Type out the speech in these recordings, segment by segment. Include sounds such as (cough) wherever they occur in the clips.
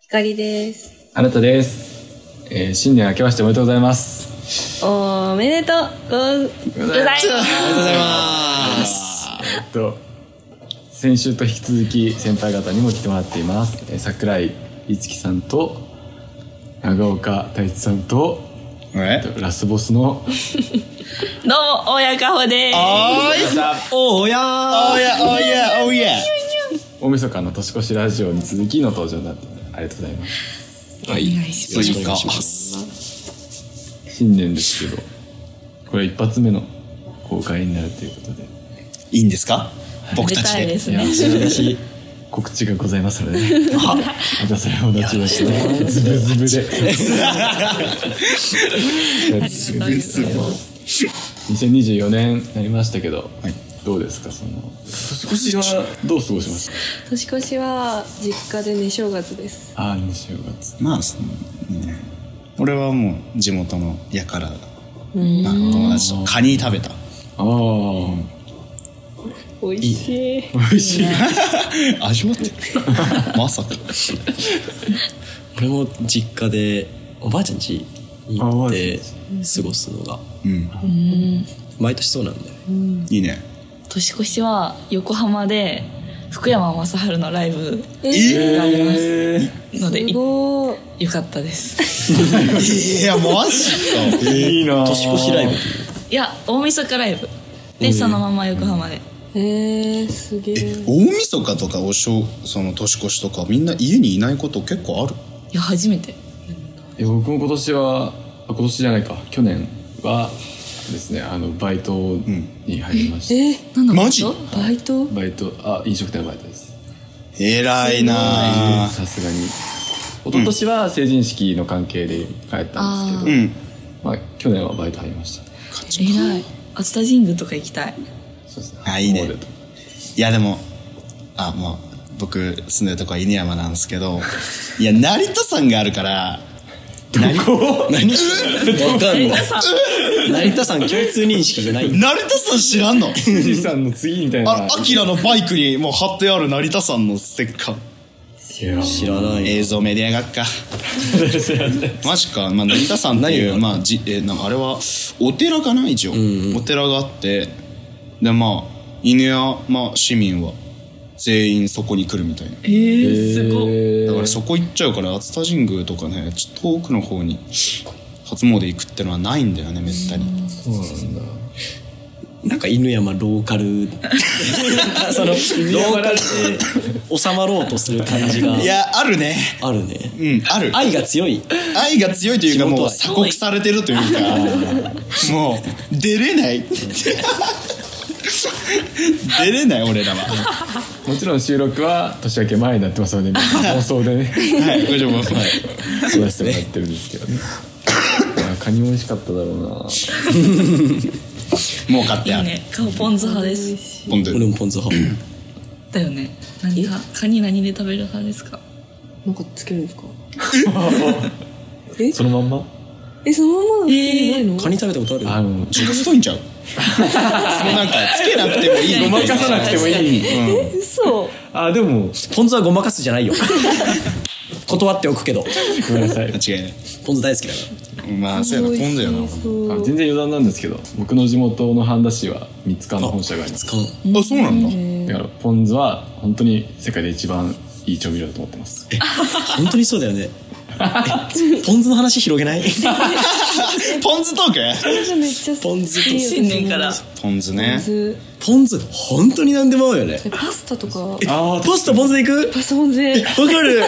ひかりです。あなたです、えー、新年明けましておめでとうございますおめでとうごございます。りがとうございます。えっと先週と引き続き先輩方にも来てもらっています、えー、桜井樹さんと長岡太一さんとええっとラスボスのどうも、親かほです。おーいおやおーやーおやおや大晦日の年越しラジオに続きの登場になってありがとうございますはい、よろしくお願いします。新年ですけどこれ一発目の公開になるということでいいんですか僕たちめでたいでで (laughs) すね。ぜひ告知がございますので、ね、またそれを後々 (laughs) ねズブズブで (laughs) ありがとうございます2024年になりましたけど、はいどうですかその年越しはどう過ごしました年越しは実家で寝正月です。ああ西正月まあそのね俺はもう地元のやからなんか友達とカニ食べたああ美味しい。美味しい (laughs) 味わってる (laughs) まさか俺も実家でおばあちゃん家にあおばあ行っちゃんて過ごすのがうん毎年そうなんだよね。いいね年越しは横浜で福山雅治のライブえがありますえーのですごい。よかったですいやマジかいいなー年越しライブいや大晦日ライブでそのまま横浜でえー、すげえ。大晦日とかお正その年越しとかみんな家にいないこと結構あるいや初めていや僕も今年はあ今年じゃないか去年はですねあのバイトに入りました、え、なんだマジ本バイトバイトあ飲食店のバイトです偉いなさすがに一昨年は成人式の関係で帰ったんですうけど、んまあ、去年はバイト入りました当偉い熱田神宮とか行きたいそうですねあいいね初詣といやでもあまあ僕住んでるとこは犬山なんですけ (laughs) どいや成田山があるから何わかんない。成田さん共通認識じゃない。成田山知らんの富士山の次 (laughs) みたいなあアキラのバイクにもう貼ってある成田山のステッカーいや知らない。映像メディア学科 (laughs) マジか、まあ、成田山っていう、まあじえなんかあれはお寺かな一応、お寺があってでまあ犬山市民は全員そこに来るみたいなえー、すごいだかららそこ行っちゃうから熱田神宮とかねちょっと遠くの方に初詣行くってのはないんだよねめったにそうなんだなんか犬山ローカル。そのローカルで収まろうとする感じがいやあるねあるね。うんある愛が強い。愛が強いというか地元もう愛鎖国されてるというかもう出れない出れない俺らはもちろん収録は年明け前になってますの (laughs) で、放送でねはいご丈夫はいそうですねやってるんですけどねいやカニも美味しかっただろうなもう買っていあいるね顔ポン酢派です今度俺もポン酢派。だよね何がカニ何で食べる派ですかなんかつけるんですかそのまんまえ、そのままつけないのカニ食べたことある。あの軸太いんちゃうもうなんかつけなくてもいいごまかさなくてもいい嘘。あでもポン酢はごまかすじゃないよ。断っておくけど、ごめんなさい間違いないポン酢大好きだかまあそうやな今度やなそうあ全然余談なんですけど僕の地元の半田市は三塚のら。本社があります使う。あそうなんだだからポン酢は本当に世界で一番いい調味料だと思ってます本当にそうだよね。えポン酢の話広げないポン酢トークじゃめっちゃ好きポン酢と新年からポン酢ポねン酢ポン酢、本当に何でも合うよね。えパスタとかあパスタポン酢でいくパスタポン酢えわかる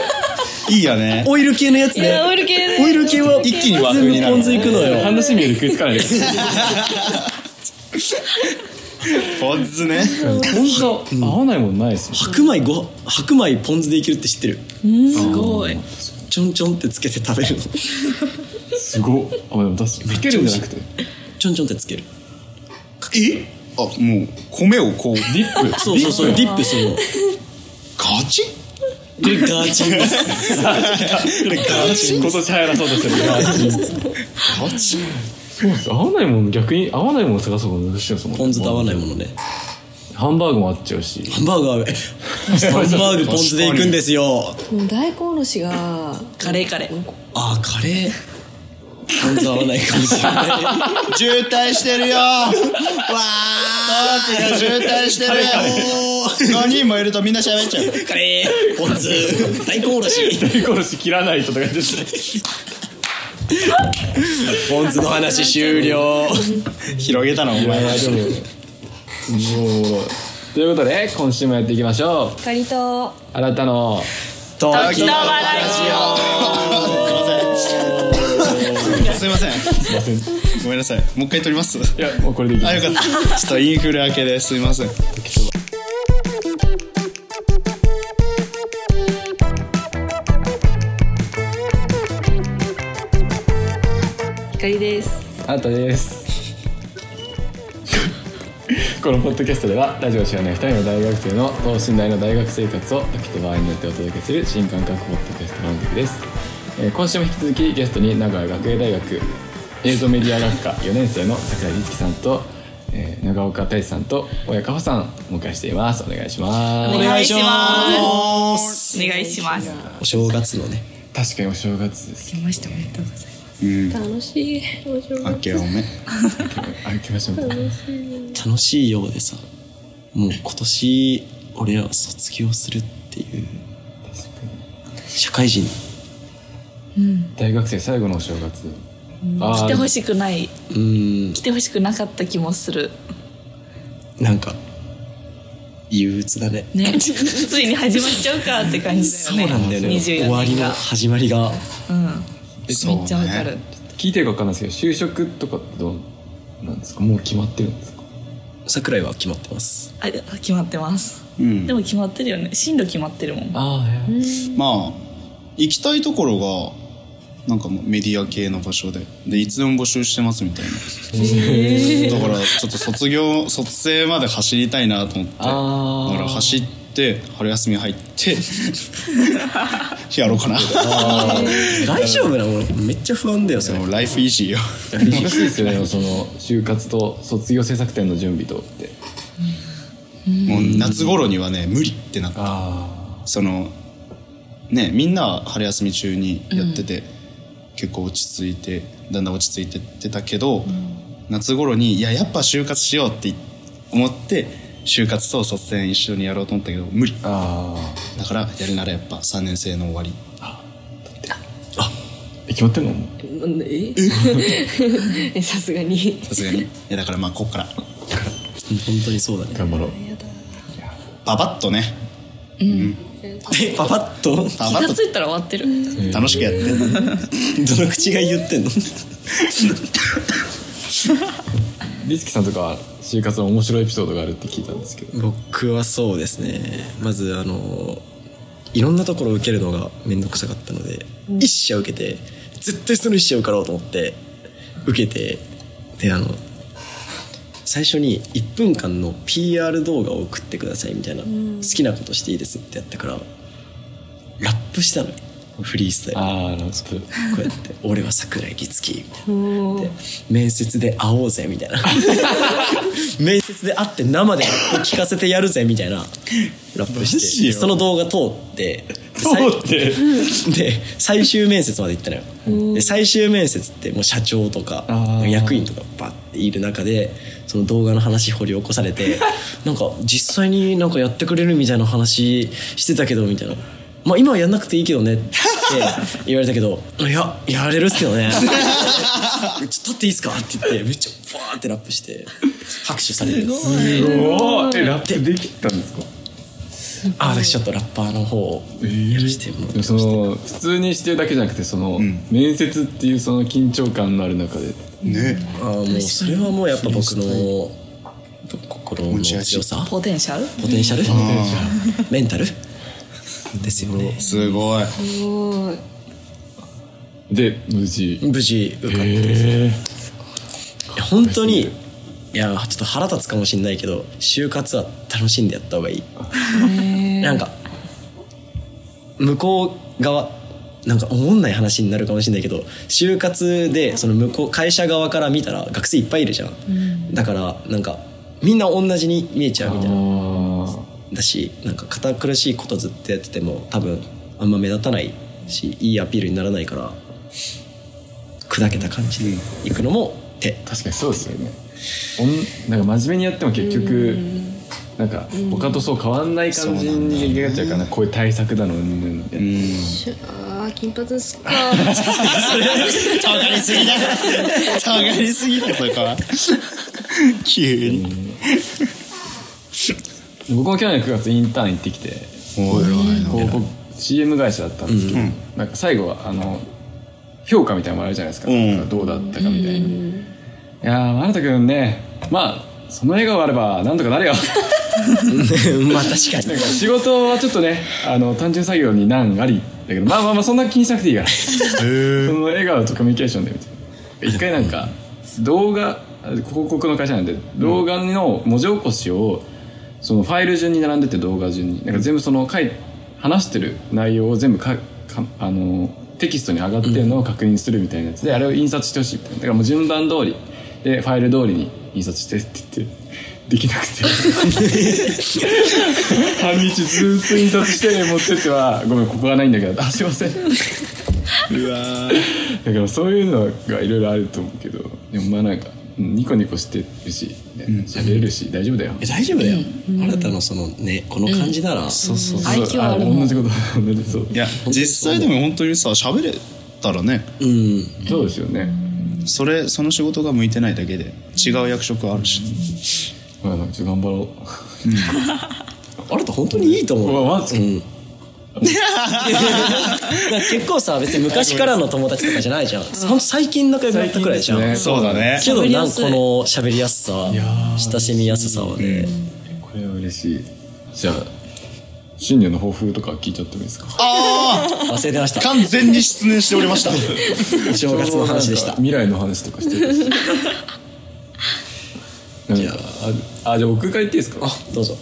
いいよねオイル系のやつね。オイル系ねオイル系は一気に和風に全部なるポン酢いくのよ。半田市民より食いつかないですポン酢ねポン酢は合わないもんないですよ白米ご、白米ポン酢でいけるって知ってるすごいちょんちょんってつけて食べるの。すごっあでも確かにかけるんじゃなくてちょんちょんってつける。えあもう米をこうディップそうそうそう、ディップするの。ガチこれガチンです。ガチ今年流行らそうとしてるガチそうです合わないもん逆に合わないもん探す方が難しいですもんポン酢と合わないものね。ハンバーグもあっちゃうしハンバーグはえハンバーグポン酢でいくんですよもう大根おろしがカレーカレーあーカレーポン酢合わないかもしれない渋滞してるよわーが渋滞してる何人もいるとみんな喋っちゃうカレーポン酢大根おろし大根おろし切らないととか言ってポン酢の話終了広げたなお前はもうということで今週もやっていきましょうカリとあなたのと秋田ラジオすいませんすいませんごめんなさいもう一回撮りますいやもうこれでいきまあすよかったちょっとインフル明けですいませんひかりですあなたですこのポッドキャストではラジオを知らない2人の大学生の等身大の大学生活を時と場合によってお届けする新感覚ポッドキャスト番組です、えー今週も引き続きゲストに名古屋学芸大学映像メディア学科4年生の桜井律樹さんと、えー長岡大志さんと親加穂さんをお迎えしていますお願いしますお願いしまますすお願いしますお正月のね確かにお正月です来ましたおめでとうございますうん楽しい面白明けおめあ来ま (laughs) したね楽しいようでさもう今年俺らは卒業するっていう社会人大学生最後のお正月来あてーほしくないうん来てほしくなかった気もするなんか憂鬱だねね (laughs) ついに始まっちゃうかって感じだそうよねなんだよね終わ24り年のが始まりがうんそうめっちゃわかるね聞いてるか分かんないですけど就職とかってどうなんですかもう決まってるんですか桜井は決まってますあ決まってますうんでも決まってるよね進路決まってるもんああいやまあ行きたいところがなんかもうメディア系の場所ででいつでも募集してますみたいなだからちょっと卒業卒生まで走りたいなと思ってだかあら走って春休み入ってやろうかな大丈夫なのめっちゃ不安だよそでれもライフイージーよあ難しいですよねその就活と卒業制作展の準備とってもう夏頃にはね無理ってなったあそのねみんなは春休み中にやってて、結構落ち着いてだんだん落ち着いてってたけど、夏頃にいややっぱ就活しようって思って就活と卒園一緒にやろうと思ったけど無理ああだからやるならやっぱ3年生の終わりあ決まってんのなんでえ (laughs) さすがにさすがにいやだからまあこっから本当にそうだね頑張ろうパパッとねえパパッとパ気パがッついたら終わってると楽しくやってどの口が言ってんのリツキさんとかは就活の面白いエピソードがあるって聞いたんですけど僕はそうですねまずあのいろんなところを受けるのが面倒くさかったので、一社受けて絶対その一社受かろうと思って受けてであの最初に1分間の PR 動画を送ってくださいみたいな、好きなことしていいですってやったからラップしたのよフリースタイルああラスプこうやって「俺は桜井律樹」みたいなで面接で会おうぜみたいな面接で会って生でラップ聞かせてやるぜみたいなラップマジしてよその動画通って通って最で最終面接まで行ったのよで最終面接ってもう社長とかあー役員とかバッている中でその動画の話掘り起こされ (laughs) てなんか実際になんかやってくれるみたいな話してたけどみたいな。まあ今はやんなくていいけど (laughs) ねって言われたけど「いややれるっすよね」「ちょっと立っていいっすか?」って言ってめっちゃバーってラップして拍手されてすごいえラップできたんですかあ私ちょっとラッパーの方をやらせてもらってでもその普通にしてるだけじゃなくてその、面接っていうその緊張感のある中でねあーもうそれはもうやっぱ僕の心の強さポテンシャルポテンシャルメンタルですよねすごいすごいで無事無事受かっえて本当にいやちょっと腹立つかもしんないけど就活は楽しんでやった方がいいなんか向こう側なんか思んない話になるかもしれないけど就活でその向こう会社側から見たら学生いっぱいいるじゃん、だからなんかみんな同じに見えちゃうみたいなあだしなんか堅苦しいことずっとやってても多分あんま目立たないしいいアピールにならないから砕けた感じでいくのも手ー確かにそうですよねおんなんか真面目にやっても結局なんか他とそう変わんない感じに出来上がっちゃうからなこういう対策だのうんぬんみたいなしあー金髪っすかとがりすぎだとがりすぎだそこは急に僕も去年9月インターン行ってきておい広告 CM 会社だったんですけど、なんか最後はあの評価みたいなのもらえるじゃないですか,、うんどうだったかみたいに、いやーあなたくんねまあその笑顔あればなんとかなるよ (laughs) まあ確かになんか (laughs) 仕事はちょっとねあの単純作業に難ありだけどまあまあまあそんな気にしなくていいからその笑顔とコミュニケーションでみたいな一回なんか動画広告の会社なんで動画の文字起こしをそのファイル順に並んでて動画順になんか全部その書い話してる内容を全部かかあのテキストに上がってるのを確認するみたいなやつで、あれを印刷してほしいみたいなだからもう順番通りでファイル通りに印刷してって言って。できなくて (laughs) 半日ずっと印刷して持ってってはごめんここがないんだけどあすいませんうわだからそういうのがいろいろあると思うけどでもまあなんかうんニコニコしてるしね喋、れるし大丈夫だよえ大丈夫だよ、あなたのそのねこの感じなら、そうそう愛嬌あるもん同じこと同じそういや実際でも本当にさ喋れたらねうんそうですよねそれその仕事が向いてないだけで違う役職あるしまあなんかちょっと頑張ろあなた本当にいいと思ううわマジうん (laughs) なんか結構さ別に昔からの友達とかじゃないじゃんほんと最近仲良くなったくらいじゃん、最近ですねそうだねけど喋りなやんかすいこの喋りやすさやー親しみやすさはね、うこれは嬉しいじゃあ新年の抱負とか聞いちゃってもいいですかあ忘れてましあた完全に失念しておりま (laughs) したお正月の話でした未来の話とかしてるしなんかああじゃあ僕から言っていいですかあどうぞ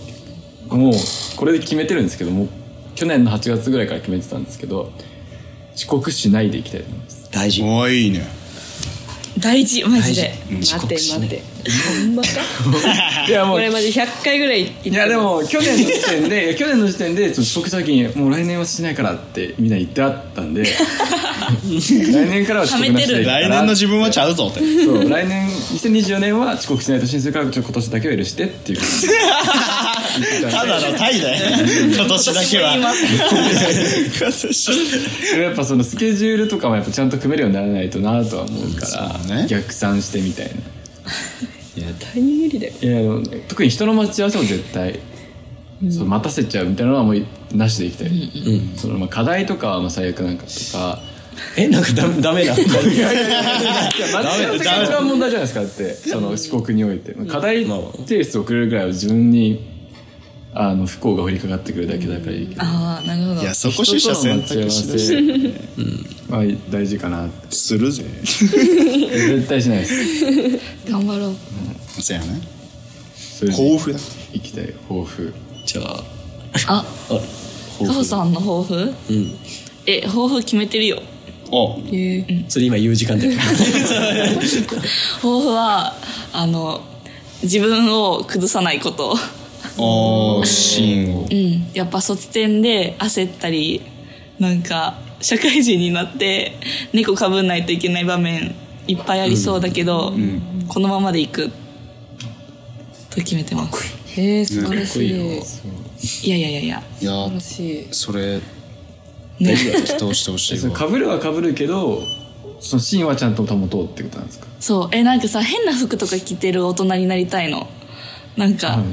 もうこれで決めてるんですけども去年の8月ぐらいから決めてたんですけど遅刻しないでいきたいと思います大事おいいね大事マジで待って待ってほん (laughs) まかいやもこうれいまで100回ぐらい言ってやでも去年の時点で (laughs) 去年の時点でちょっと遅刻した時にもう来年はしないからってみんな言ってあった (laughs) んで来年からは遅刻なしでいいから来年の自分はちゃうぞってそう来年2024年は遅刻しない年にするからちょっと今年だけは許してっていうただのタイだよ今年だけは今年やっぱそのスケジュールとかもやっぱちゃんと組めるようにならないとなとは思うかそうら、ね逆算してみたいな大無理だよいやあの特に人の待ち合わせも絶対、そう待たせちゃうみたいなのはもうなしでいきたい、そのまあ、課題とかはまあ最悪なんかとかえなんかダメダ (laughs) メないや待ち合わせが一番問題じゃないですかだってその遅刻において課題まあまあ提出をくれるぐらいは自分にあの不幸が降りかかってくるだけだからいいけどああなるほどいやそこ出社選人との択待肢ち合わだしせ、まあ、大事かなってするぜ絶対しないです頑張ろうそやねそれで抱負だ行きたい抱負じゃあああカホさんの抱負うんえ抱負決めてるよおそれ今言う時間だよ抱負はあの自分を崩さないことおシーンをうんやっぱ卒点で焦ったりなんか社会人になって (laughs) 猫かぶんないといけない場面いっぱいありそうだけど、このままでいくと決めてますえー、素晴らしいいやいやいやいやい素や晴らしいそれね適当してほ (laughs) しいわかぶるはかぶるけどその芯はちゃんと保とうってことなんですかそうえなんかさ変な服とか着てる大人になりたいのなんか、なんか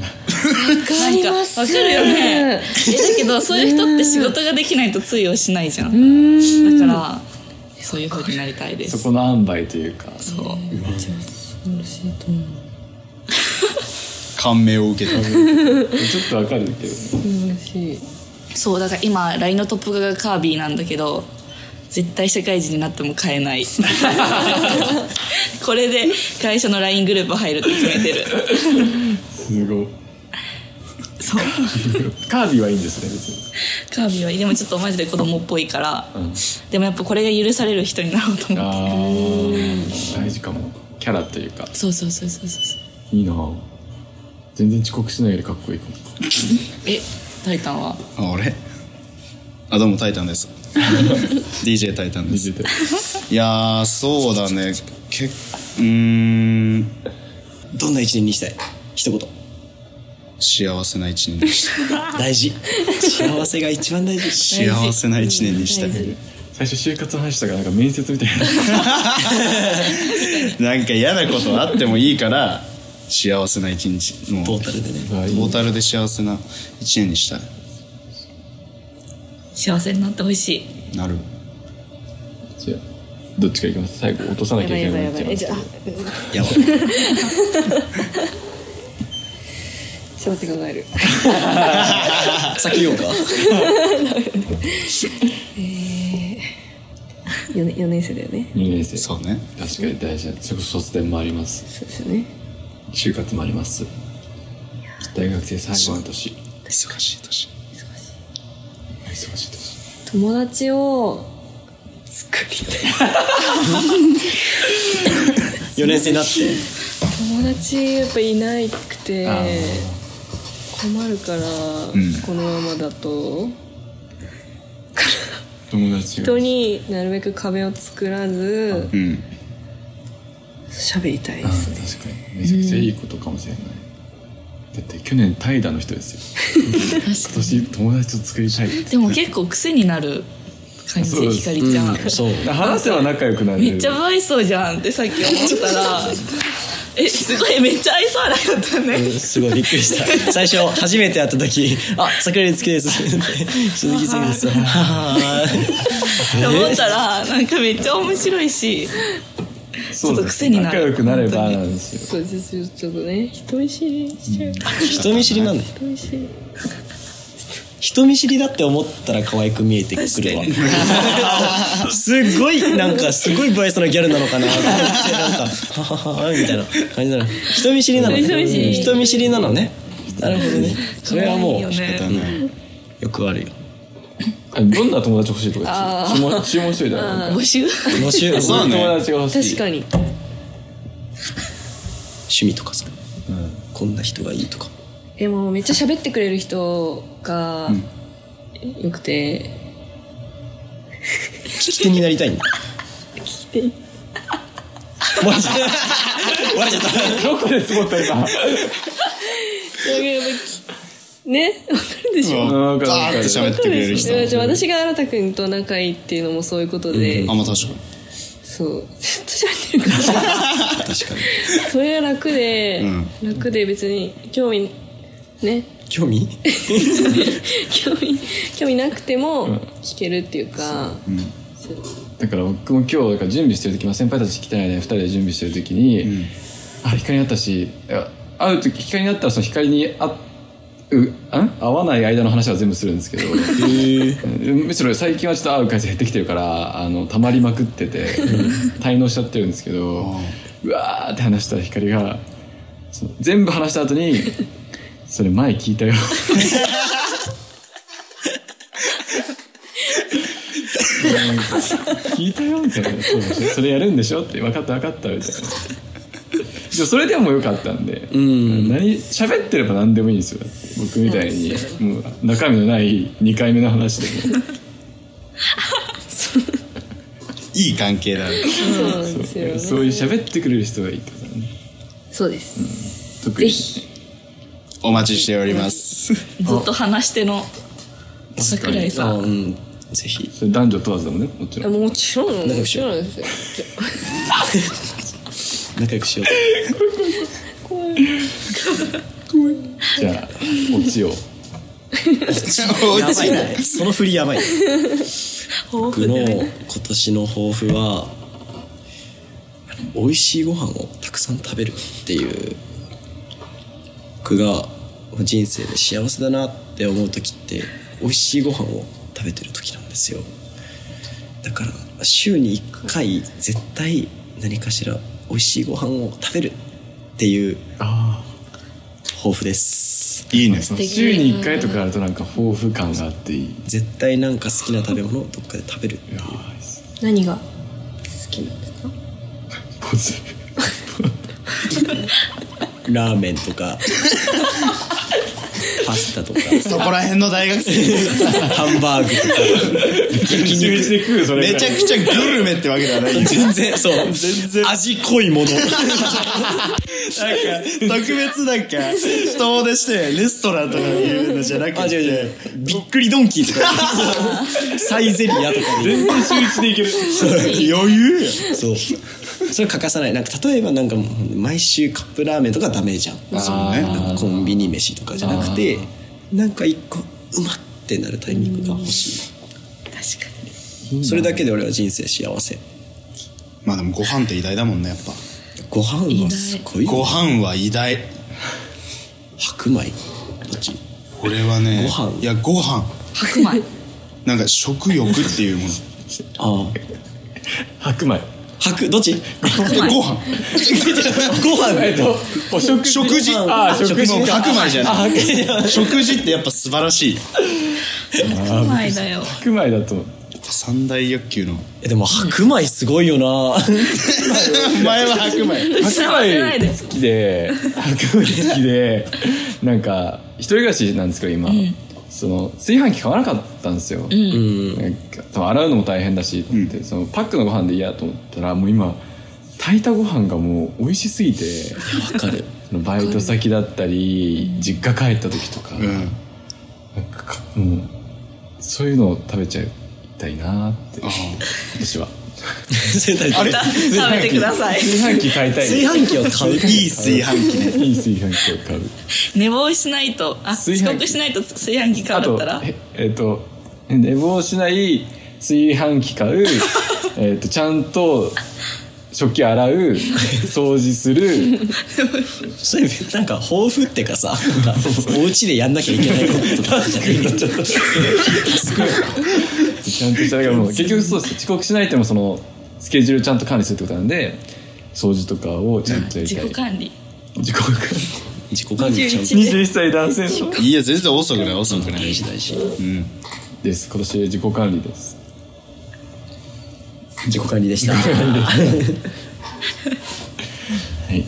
わかる (laughs) よねえだけどそういう人って仕事ができないと通用しないじゃんだからそういう風になりたいでそすこの塩梅というかそう感銘を受けたちょっとわかるけどね素晴らしいそうだから今 LINE のトップがカービィなんだけど絶対社会人になっても買えない (laughs) これで会社の LINE グループ入るって決めてるすごいそうカービィはいいんですね別にカービィはでもちょっとマジで子供っぽいから、でもやっぱこれが許される人になろうと思ってあー大事かもキャラというかそうそうそうそうそういいな全然遅刻しないよりかっこいいかもえタイタンはあ俺あどうもタイタンです (laughs) DJ タイタンです見てていやーそうだねけうーん (laughs) どんな一年にしたい一言幸せな一年でし大事幸せが一番大事た幸せな一年にした大事い最初就活の話したからなんか面接みたいななんか嫌なことあってもいいから幸せな一日もう (laughs) トータルでねあトいいねータルで幸せな一年にした幸せになってほしいいなるじゃあどっちかいきます最後落とさなやきばゃいいけやばないいやばいえ一じゃあ番あやば (laughs) ちょっと待って考える先言お (laughs) うか4年四年生だよね二年生そうね確かに大事だそれこそ卒典もありますそうですよね就活もあります大学生最後の年忙しい年忙しい年友達を作りたい4年生になって友達やっぱいなくてあ困るから、んこのままだと友達が人になるべく壁を作らずうん喋りたいあであす確ねかにめちゃくちゃいいことかもしれない、だって去年怠惰の人ですよ確かに今年友達と作りたいってでも結構癖になる感そうじですひかりちゃん、そう話せば仲良くなれるめっちゃ愛想じゃんってさっき思っ (laughs) たらえすごいめっちゃ愛想なかったねすごいびっくりした (laughs) 最初初めて会った時「あ桜井月 (laughs) です」鈴木月です」って思ったらなんかめっちゃ面白いしちょちょっと癖になる仲良くなれば本当なにんですよそうですよちょっとね人見知りしちゃう、人見知りなんだ人見知り人見知りだって思ったら可愛く見えてくるわすっごいなんかすごいバイスなギャルなのかなと思ってなんか「はははは」みたいな感じなの人見知りなのね人見知り人見知りなのねなるほどねそれはもう可愛いよねだねよくあるよあどんな友達欲しいとか注文注文しといたらなんか募集募集そ (laughs) うそういう友達が欲確しいかに趣味とかさこんな人がいいとかでもめっちゃ喋ってくれる人がよくて、聞き手になりたいんだ来て笑っちゃった笑っちゃった (laughs) どこで積もった今ねわかるでしょ、うんバーって喋ってくれる人いやじゃあ私が新くんと仲いいっていうのもそういうことで、あまあ確かにそうずっと喋ってるから確かにそれが楽で、楽で別に興味ね興味興味興味なくても聞けるっていうか、だから僕も今日だから準備してる時、まあ、先輩たち来てないで2人で準備してる時に、あ光に会ったしいや会う時光に会ったらその光にあうあん会わない間の話は全部するんですけどうんむしろ最近はちょっと会う回数減ってきてるからあの溜まりまくってて滞納しちゃってるんですけどうわーって話したら光がその全部話した後に「それ前聞いたよ」聞いたよみたいなそうでしょそれやるんでしょって分かった分かったみたいなでもそれでもよかったんで、何喋ってれば何でもいいんですよ僕みたいにもう中身のない2回目の話でもいい関係だねそうなんですそう,、よねそういう喋ってくれる人がいいってことだねそうです、特ぜにひお待ちしておりますずっと話しての桜井さあんうんぜひそれ男女問わずだもんねもちろんもちろん仲も良くしちよろうんですよ仲良くしようじゃあオチを (laughs) やばいねその振りやばい豊僕富のでね今年の抱負は美味しいご飯をたくさん食べるっていう僕が人生で幸せだなって思う時って美味しいご飯を食べてる時なんですよだから週に1回絶対何かしら美味しいご飯を食べるっていう抱負ですいいねその週に1回とかあるとなんか抱負感があっていい絶対なんか好きな食べ物をどっかで食べるいやーいいっす何が好 (laughs) きなんですかポジラーメンと (laughs) かパスタとかそこら辺の大学生ハンバーグとか一日で食うそれめちゃくちゃグルメってわけでは (laughs) ない全然そう味濃いものなんか特別なんか遠出してレストランとかいうのじゃなくあ違う違てうびっくりドンキーとかサイゼリアとかに全然週一でいける余裕やそうそれ欠かさないなんか例えばなんかもう毎週カップラーメンとかダメじゃんそうねなんかコンビニ飯とかじゃなくてなんか一個うまってなるタイミングが欲しい、それだけで俺は人生幸せまあでもご飯って偉大だもんねやっぱご飯はすごいよご飯は偉大白米どっち俺はねご飯いやご飯白米なんか食欲っていうものあ白米あ白どっちいやご飯ごえ飯っとお食食事ああ食事もう白米じゃない白米食事ってやっぱ素晴らしいや白米 (laughs) だよ白米だとっぱ三大欲求のえでも白米すごいよなお前は白米白米好きで白米好き (laughs) でなんか一人暮らしなんですけど今、その炊飯器買わなかったんですよ、なんか多分洗うのも大変だしと思って、そのパックのご飯で嫌と思ったらもう今炊いたご飯がもう美味しすぎてわかるそのバイト先だったり実家帰った時とか,、うんなんかかもうそういうのを食べちゃいたいなって私は (laughs) あれ食べてください (laughs) 炊飯器買いたい炊飯器を買ういい炊飯器ね (laughs) いい炊飯器を買う寝坊しないとあ炊飯器遅刻しないと炊飯器買あわれとたらええっと寝坊しない炊飯器買 (laughs) うえっとちゃんと食器 (laughs) 洗う掃除するそれなんか抱負ってかさなんか (laughs) お家でやんなきゃいけないことだちゃんとしただからもう結局そうです遅刻しないってもそのスケジュールちゃんと管理するってことなんで掃除とかをちゃんとやり自たい己管理自己管自己管理ちゃんと理21歳男性のいや全然遅くない遅くない大事大事です今年自己管理です自己管理でしたはい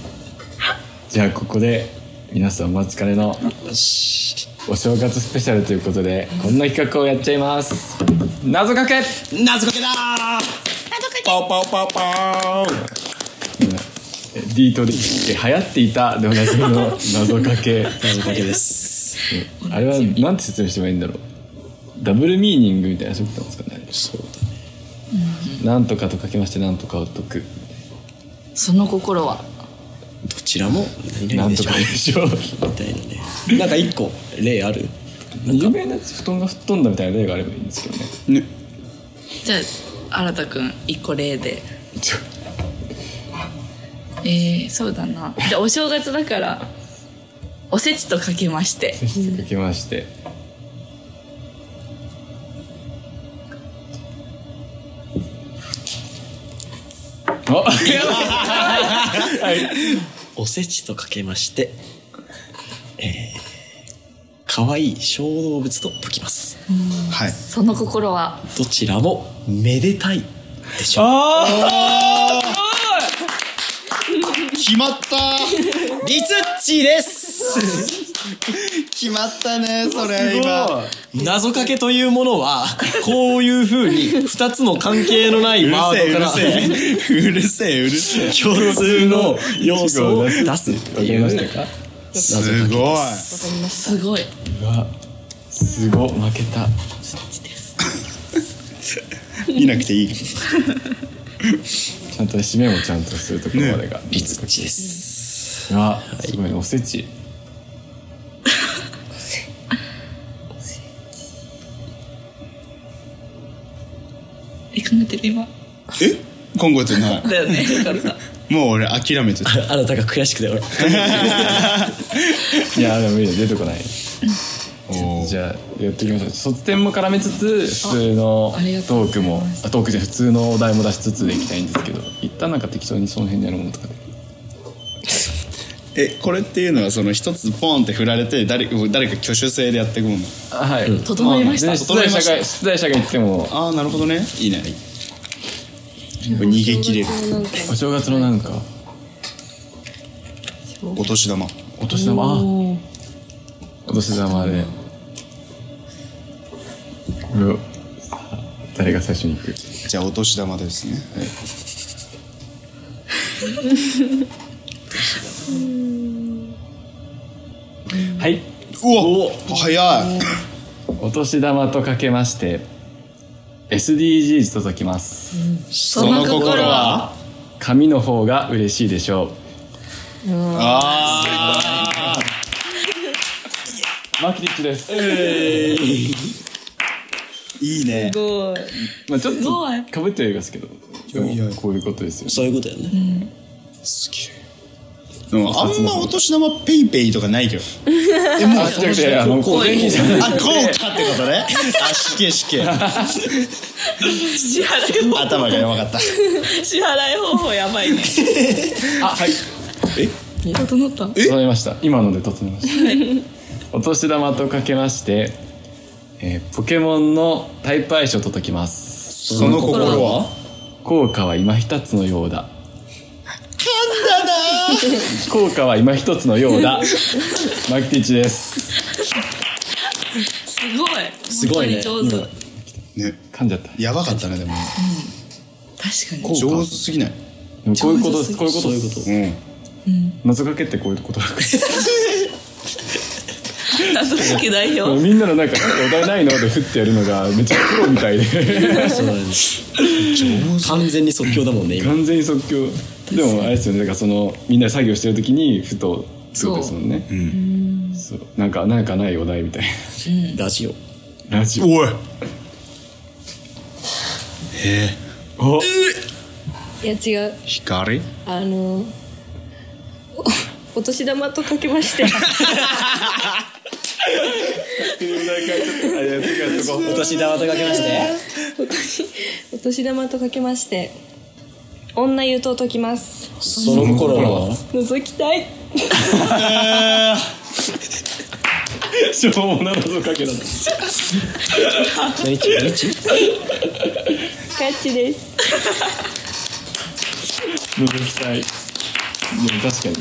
じゃあここで皆さんお待ちかねのよしお正月スペシャルということでこんな企画をやっちゃいます謎かけ謎かけだーパオパオパオパオディートで流行っていたでおなじみの謎かけ謎かけですあれはなんて説明してもいいんだろうダブルミーニングみたいなそういうことなんですかねそうだなんとかとかけましてなんとかを解くその心はどちらもな何々んでとしょかでしょううみたいなねなんか一個例ある有名なやつ布団が吹っ飛んだみたいな例があればいいんですけどねねじゃあ新田君一個例でちょえー、そうだなじゃあお正月だからおせちとかけましてかけましてあおせちとかけましてえー可愛い小動物と解きますはいその心はどちらもめでたいでしょう決まったリツッチーです決まったねそれ今謎かけというものはこういうふうに二つの関係のなういるワせーえドうかるらせえうるせえうるせえ共通の要素を出すってわかいりうま謎したかかすけごいすごいうわすご負けた見なくていいちゃんと締めもちゃんとするところまでが、リツッチですうわすごいおせちえ考えてる今え今後ってないだよねよかったもう俺諦めてたあなたが悔しくて俺いやでもいいよ出てこないおーじゃあやっていきましょう卒点も絡めつつ普通のあありがとトーうござクいもますあトークじゃない普通のお題も出しつつでいきたいんですけど一旦なんか適当にその辺でやるものとかでえこれっていうのはその一つポンって振られて誰誰か挙手制でやっていくもんなあはい、整いました全然出題者が出題者が言ってもああなるほどねいいね逃げ切れるお正月のなんかお正月のなんかおとおお年玉年玉あおーお年玉でこれを誰が最初に行くじゃあお年玉ですねはい、うわ早いお年玉とかけまして SDGs と解きますその心は紙の方が嬉しいでしょあうマキティッチです、ーいいねごいまあ、ちょっごいとかぶってはいますけどでもいやいやこういうことですよそういうことやね。すげえでもあんまお年玉ペイペイとか (laughs) ないけどえもうじゃなくてあの小銭じゃないあこうかってことねあしけしけ支払い方頭が弱かった支払い方法やばいね (laughs) あはい整った整いました今ので整いましたお年玉とかけまして、えーポケモンのタイプ相性と解きますその心は効果は今一つのようだ噛んだな効果は今一つのよう (laughs) だマキティッチですすごいすごいね。本当に上手今ね噛んじゃったやばかったねでも確かに上手すぎないでもこういうことですこういうことですうん謎かけってこういうことだ謎かけ代表みんなのなんかお題ないので振ってやるのがめっちゃプロみたいで (laughs) そうなんです。完全に即興だもんね、今。完全に即興でもあれですよねだからそのみんなで作業してる時にふとそうですもんねそうなんかなんかないお題みたいラジオ。なラジオおいえおいや違うー、光あのおお年玉とかけましてお年玉とかけまして。お年 (laughs) お年玉とかけまして女優と解きますその心は覗きたい (laughs) しょうもな謎かけだ何ち何ちカッチです覗きたいでも確かに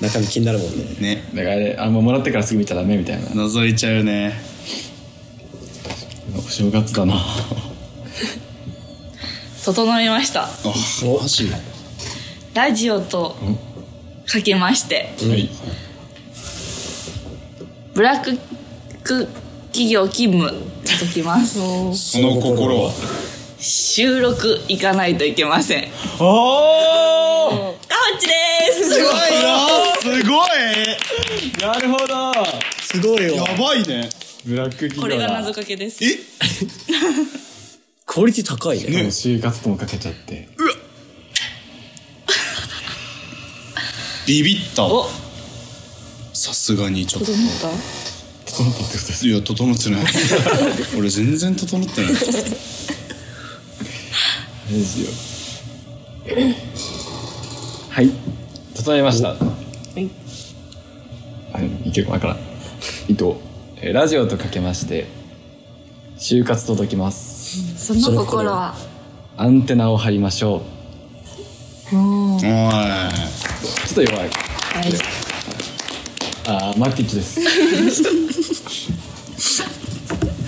中身気になるもんね。ねだからあれあんまもらってからすぐ見ちゃダメみたいな覗いちゃうねお正月だな整いましたあマジラジオとかけましてはいブラック企業勤務と解きますその心は収録行かないといけませんカおおオッチですすごいすごいなるほどすごいやばいねブラック企業これが謎かけですえクオリティ高いね。ね就活ともかけちゃってビビったおさすがにちょっと整った整ったってことですいや整って (laughs) ない俺全然整ってないですよはい整えましたいはいいけるかなからん伊藤えーラジオとかけまして就活届きますそのの心心ははアンテナを張りましょうおいちょっと弱いあーマキティッチです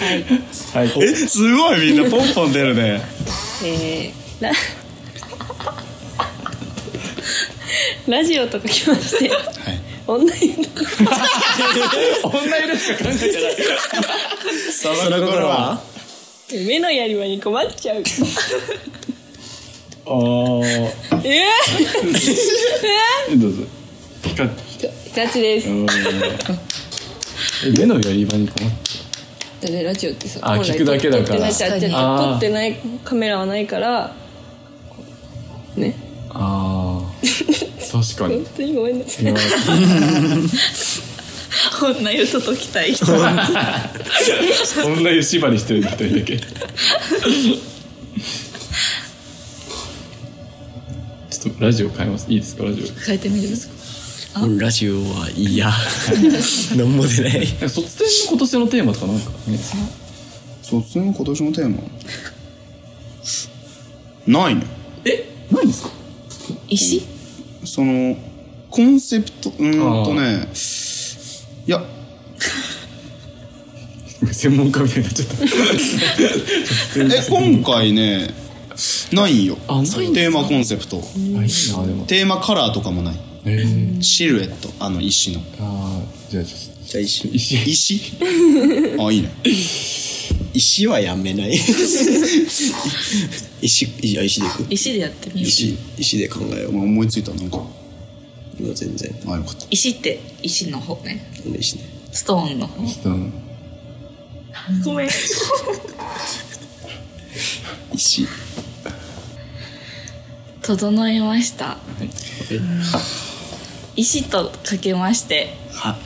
はい、はい、えすごいみんなポンポン出るねえー、ララジオとかきましてはい女優と女いるしか考えてないその心は目のやり場に困っちゃうあーえええどうぞピカガチですえ目のやり場に困ってだってラジオってさあ本来聞くだけだから撮ってないあー撮ってないカメラはないからねあー確か (laughs) 本に当にごめんなさい女湯と解きたい人 (laughs) 女湯縛りしてるみたいだけちょっとラジオ変えますいいですかラジ変えてみるんですか俺ラジオは (laughs) 嫌。なんも出ない。オ卒展の今年のテーマとかなんかね卒の今年のテーマないねないんですか石そのコンセプトうーんとねいや専門家みたいになっちゃったえ今回ねないんよテーマコンセプトあいいなでもテーマカラーとかもないえー、シルエットあの石のあーじゃあちょっじゃあ石石石あいいね石はやめない (laughs) 石いや石でいく石でやってみよう石石で考えようまあ思いついたなんかもう全然あよかった石って石の方ねこの石ねストーンの方とうんごめん石整いました石とかけましては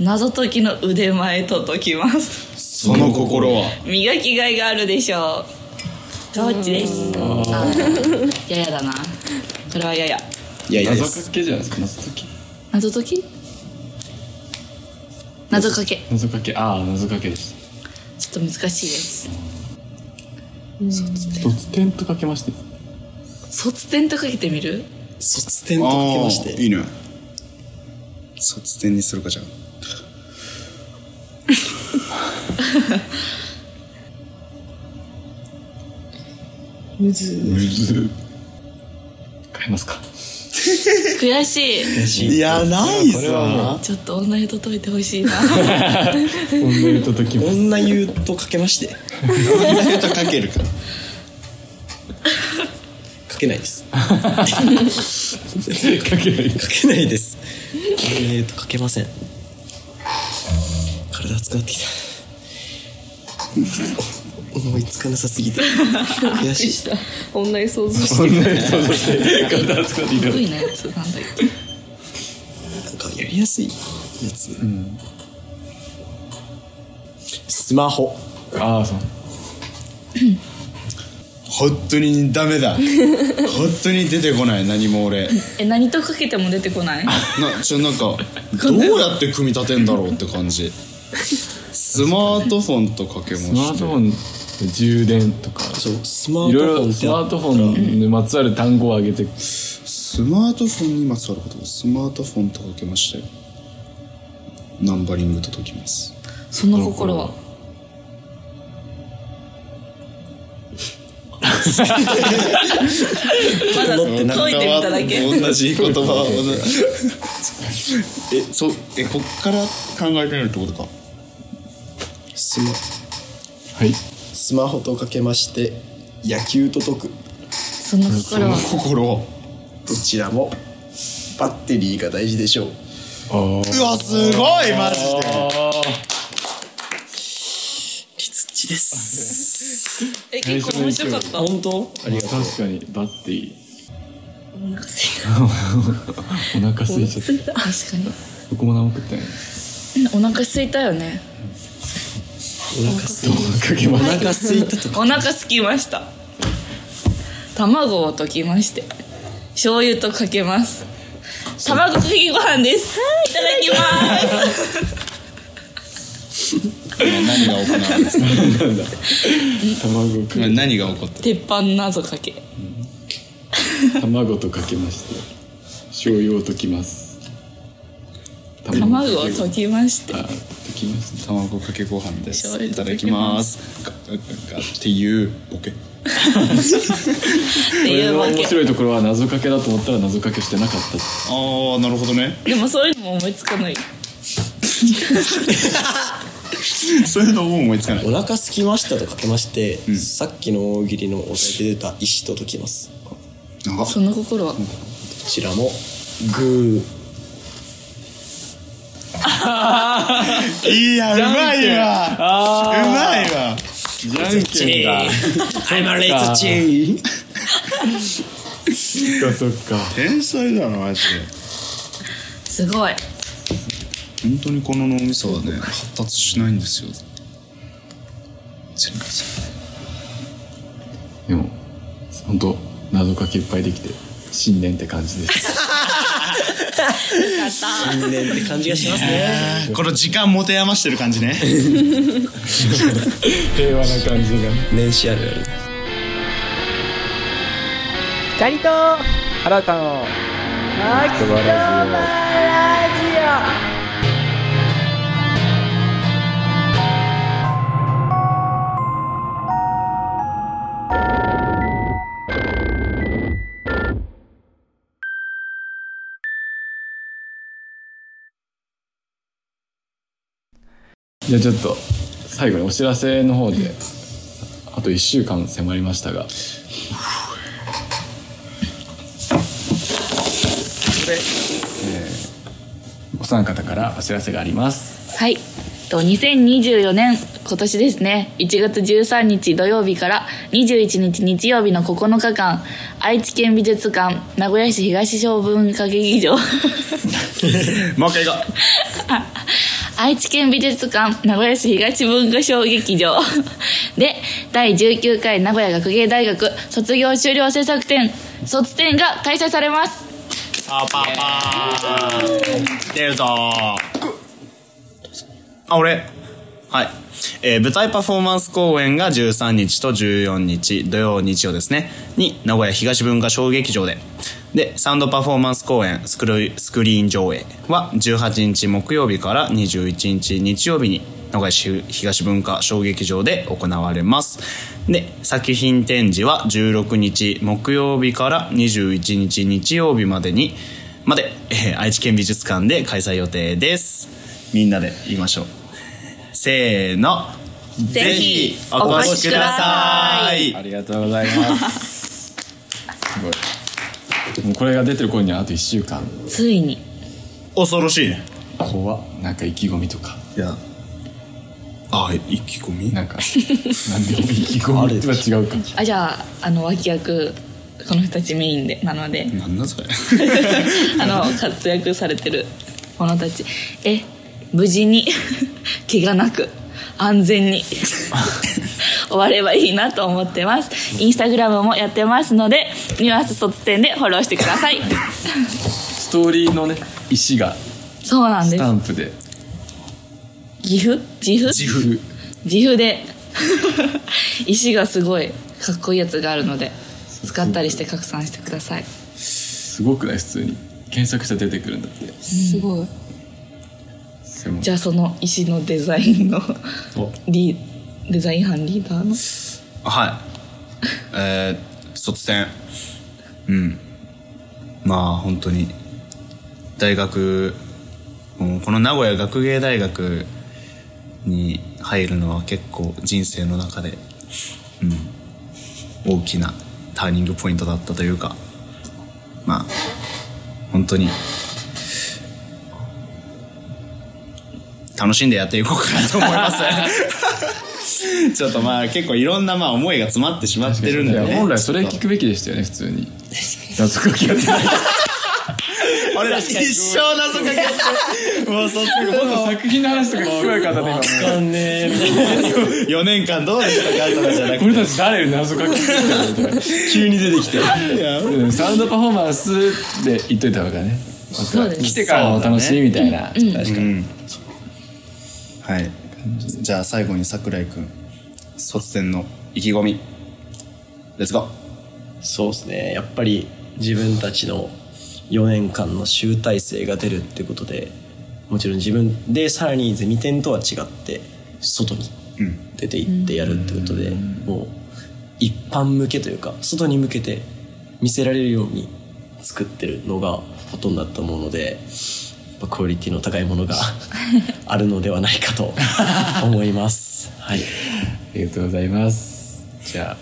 謎解きの腕前と解きますその心は磨きがいがあるでしょうどっちですあーややだなこれはややいやいやで謎すかけじゃないですか謎かけ謎解き謎かけ謎かけああ謎かけでしちょっと難しいですた卒点とかけまして卒点とかけてみる卒点あとかけましーいていね卒点にするかじゃあむず変えますか悔しいいやないこれはもちょっと女湯と解いてほしいなう女優と解きます女湯とかけましてとかけるかかけない (laughs) ですかかけないけないです女湯とかけません体熱くなってきた (laughs) 思いつかなさす (laughs) ぎて悔しいした女に想像して女優想像して体熱くなっていただ得い意なやつなんだっけなんかやりやすいやつ、スマホてああそう本当にダメだ本当に出てこない何も俺え何とかけても出てこないなちょなんかどうやって組み立てんだろうって感じスマートフォンとかけまスマーしトてフォン充電とかそうスマいートろフいろォンっスてあマっートフォンにまつわる単語を挙げてスマートフォンにまつわることスマートフォンとかけましてナンバリングと解きますその心はまだ整ってなかっ解いてみただけ同じ言 (laughs) 葉をえそうえこっから考えてみるってことかたスマはいスマホとかけまして野球と解くその心 (laughs) は心をどちらもバッテリーが大事でしょうあーうわすごいマジでリツッチですえ結構面白かった本当ありがとう確かにバッテリお腹すいたーお腹すいちゃった (laughs) 確かに僕も何も食ってないお腹空いたよねお腹すいかけまお腹す (laughs) いたとかお腹空きました卵を溶きまして醤油とかけます卵かけご飯ですいただきます何が行われて卵かた (laughs) 何が起こって鉄板謎かけ卵とかけまして醤油を溶きます卵を溶溶きましてきますね卵かけご飯です醤油いただきますガッガッガッっていうボケってこいれうのわ面け白いところは謎かけだと思ったら謎かけしてなかったああなるほどねでもそういうのも思いつかない (laughs) そういうのも思いつかないお腹すきましたとかけまして、さっきの大喜利のお題で出た石と解きます長っその心はどちらもグーいやうまいわうまいわじゃんけんだ (laughs) はいマレッツチーそっかそっか天才だなマジすごいで本当にこの脳みそはね発達しないんですよ全でも本当謎かけいっぱいできて新年って感じです新 (laughs) 年って感じがしますね然この時間持て余してる感じね平和な感じが (laughs) 年始あるあるチャリと新たの人がラジオじゃあちょっと最後にお知らせの方であと1週間迫りましたがお三方からお知らせがありますはい。と2024年今年ですね1月13日土曜日から21日日曜日の9日間愛知県美術館名古屋市東小文化劇 (laughs) 場もう一回が (laughs) 愛知県美術館名古屋市東文化小劇場で第19回名古屋学芸大学卒業修了制作展卒展が開催されますパパパー出るぞーあ俺はい、えー舞台パフォーマンス公演が13日と14日土曜日曜ですねに名古屋東文化小劇場ででサウンドパフォーマンス公演スクリスクリーン上映は18日木曜日から21日日曜日に名古屋市東文化小劇場で行われますで作品展示は16日木曜日から21日日曜日までにまで、えー愛知県美術館で開催予定ですみんなで言いましょうせーのぜひお越しくださいありがとうございますすごいもうこれが出てる頃にはあと1週間ついに恐ろしいね怖っなんか意気込みとかいやあ意気込みなんかなんでも意気込みとは違うかあじゃああの脇役この人たちメインでなのでなんだそれあの活躍されてる者たちえ無事に (laughs) 怪我なく安全に終わればいいなと思ってますインスタグラムもやってますのでニュアンス卒点でフォローしてくださいストーリーのね石がそうなんスでタすンプで岐阜岐阜自負岐阜で (laughs) 石がすごいかっこいいやつがあるので使ったりして拡散してくださいすごくない普通に検索したら出てくるんだってすごいそれもじゃあその石のデザインのおリデザイン班リーダーのはいえー、卒展うんまあ本当に大学もうこの名古屋学芸大学に入るのは結構人生の中で、うん、大きなターニングポイントだったというかまあ本当に楽しんでやっていこうかなと思い (laughs) ます。ちょっとまあ結構いろんなまあ思いが詰まってしまってるんいでやね。本来それ聞くべきでしたよね普通に謎かけやってない俺ら一生謎かけもう卒業もっと作品の話とか聞くばよかったね (laughs) 今かんねえ4年間どうでしたかとかじゃなく俺たち誰謎かけしてたのとか急に出てきてうんサウンドパフォーマンスで言っといた方がねそうです来てからも楽しいみたいな、てうんはいじゃあ最後に桜井くん卒展の意気込みレッツゴそうですねやっぱり自分たちの4年間の集大成が出るってことでもちろん自分でさらにゼミ展とは違って外にーうん出て行ってやるってことで、もう一般向けというか外に向けて見せられるように作ってるのがほとんどだと思うのでやっぱクオリティの高いものがあるのではないかと思います。はあい、りがとうございますじゃあ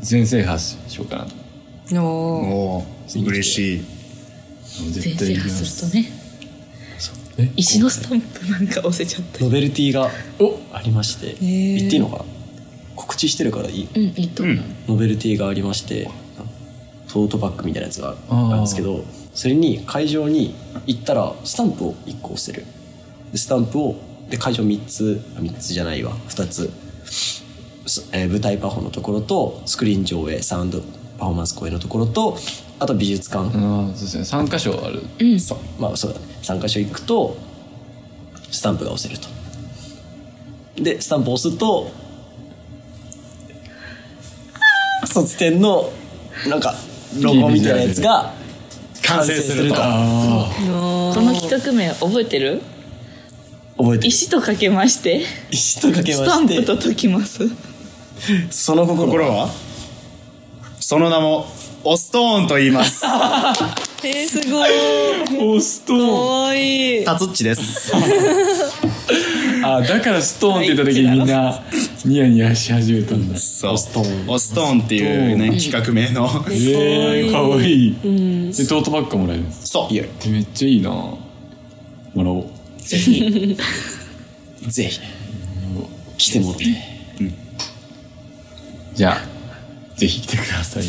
全制覇しようかなとおーおお嬉しい絶全対制行き覇ますするとねえ石のスタンプなんか押せちゃったノベルティがありましてー言っていいのかな告知してるからいいうんいいと思う、ノベルティがありましてトートバッグみたいなやつがあるんですけどそれに会場に行ったらスタンプを1個押せるでスタンプをで会場3つあ3つじゃないわ2つ、すえー舞台パフォのところとスクリーン上映サウンドパフォーマンス公演のところとあと美術館、ああそうですね三箇所あるそうまあそうだね3箇所行くとスタンプが押せるとでスタンプを押すと卒展のなんかロゴみたいなやつが完成するとああこの企画名覚えてる覚えてる石とかけまして石とかけスまタンプしてと解きますその心心はその名もオストーンと言いますえー、すごい。おストかーンわいい。タツッチですあだからストーンって言った時にみんなニヤニヤし始めたんだそうオストーンオストーンっていうね企画名のええかわいいでトートバッグもらえるんですそうでめっちゃいいなもらおうぜひぜひ来てもらってじゃあぜひ来てくださいぜ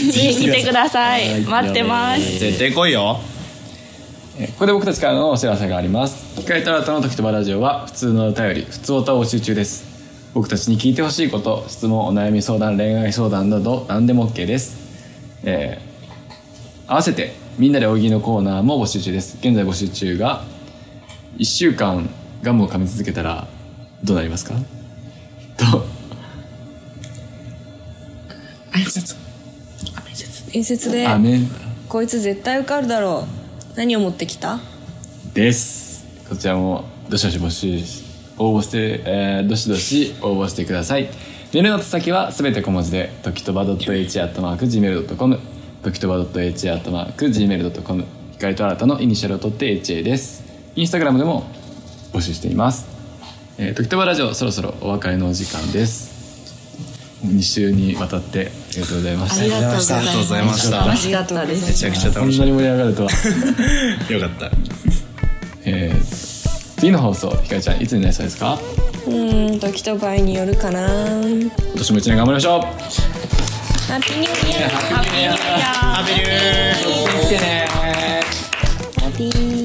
ひ来てください待ってます絶対来いよえーここで僕たちからのお知らせがあります機械トラウトの時とばラジオは普通のお便り普通おたを募集中です僕たちに聞いてほしいこと質問お悩み相談恋愛相談など何でも OK ですえー合わせてみんなで大喜利のコーナーも募集中です現在募集中が1週間ガムを噛み続けたらどうなりますかと面接で、アメンこいつ絶対受かるだろう。何を持ってきたですこちらもどしどし募集し応募して、えーどしどし応募してくださいメールの宛先はすべて小文字で時とば .h.gmail.com 時とば .h.gmail.com 光と新たのイニシャルを取って HA ですインスタグラムでも募集しています、えー、時とばラジオそろそろお別れのお時間です2週にわたってありがとうございましたがとうごありがとうございました楽めしかったですちゃくちゃこん楽しなに盛り上がるとはみよかったえー次の放送ひかりちゃんいつになりそうですかうーん、時と場合によるかな。ハッ今年も一年頑張りましょうピーニューイヤー。ハッピーニューイヤーハッピー。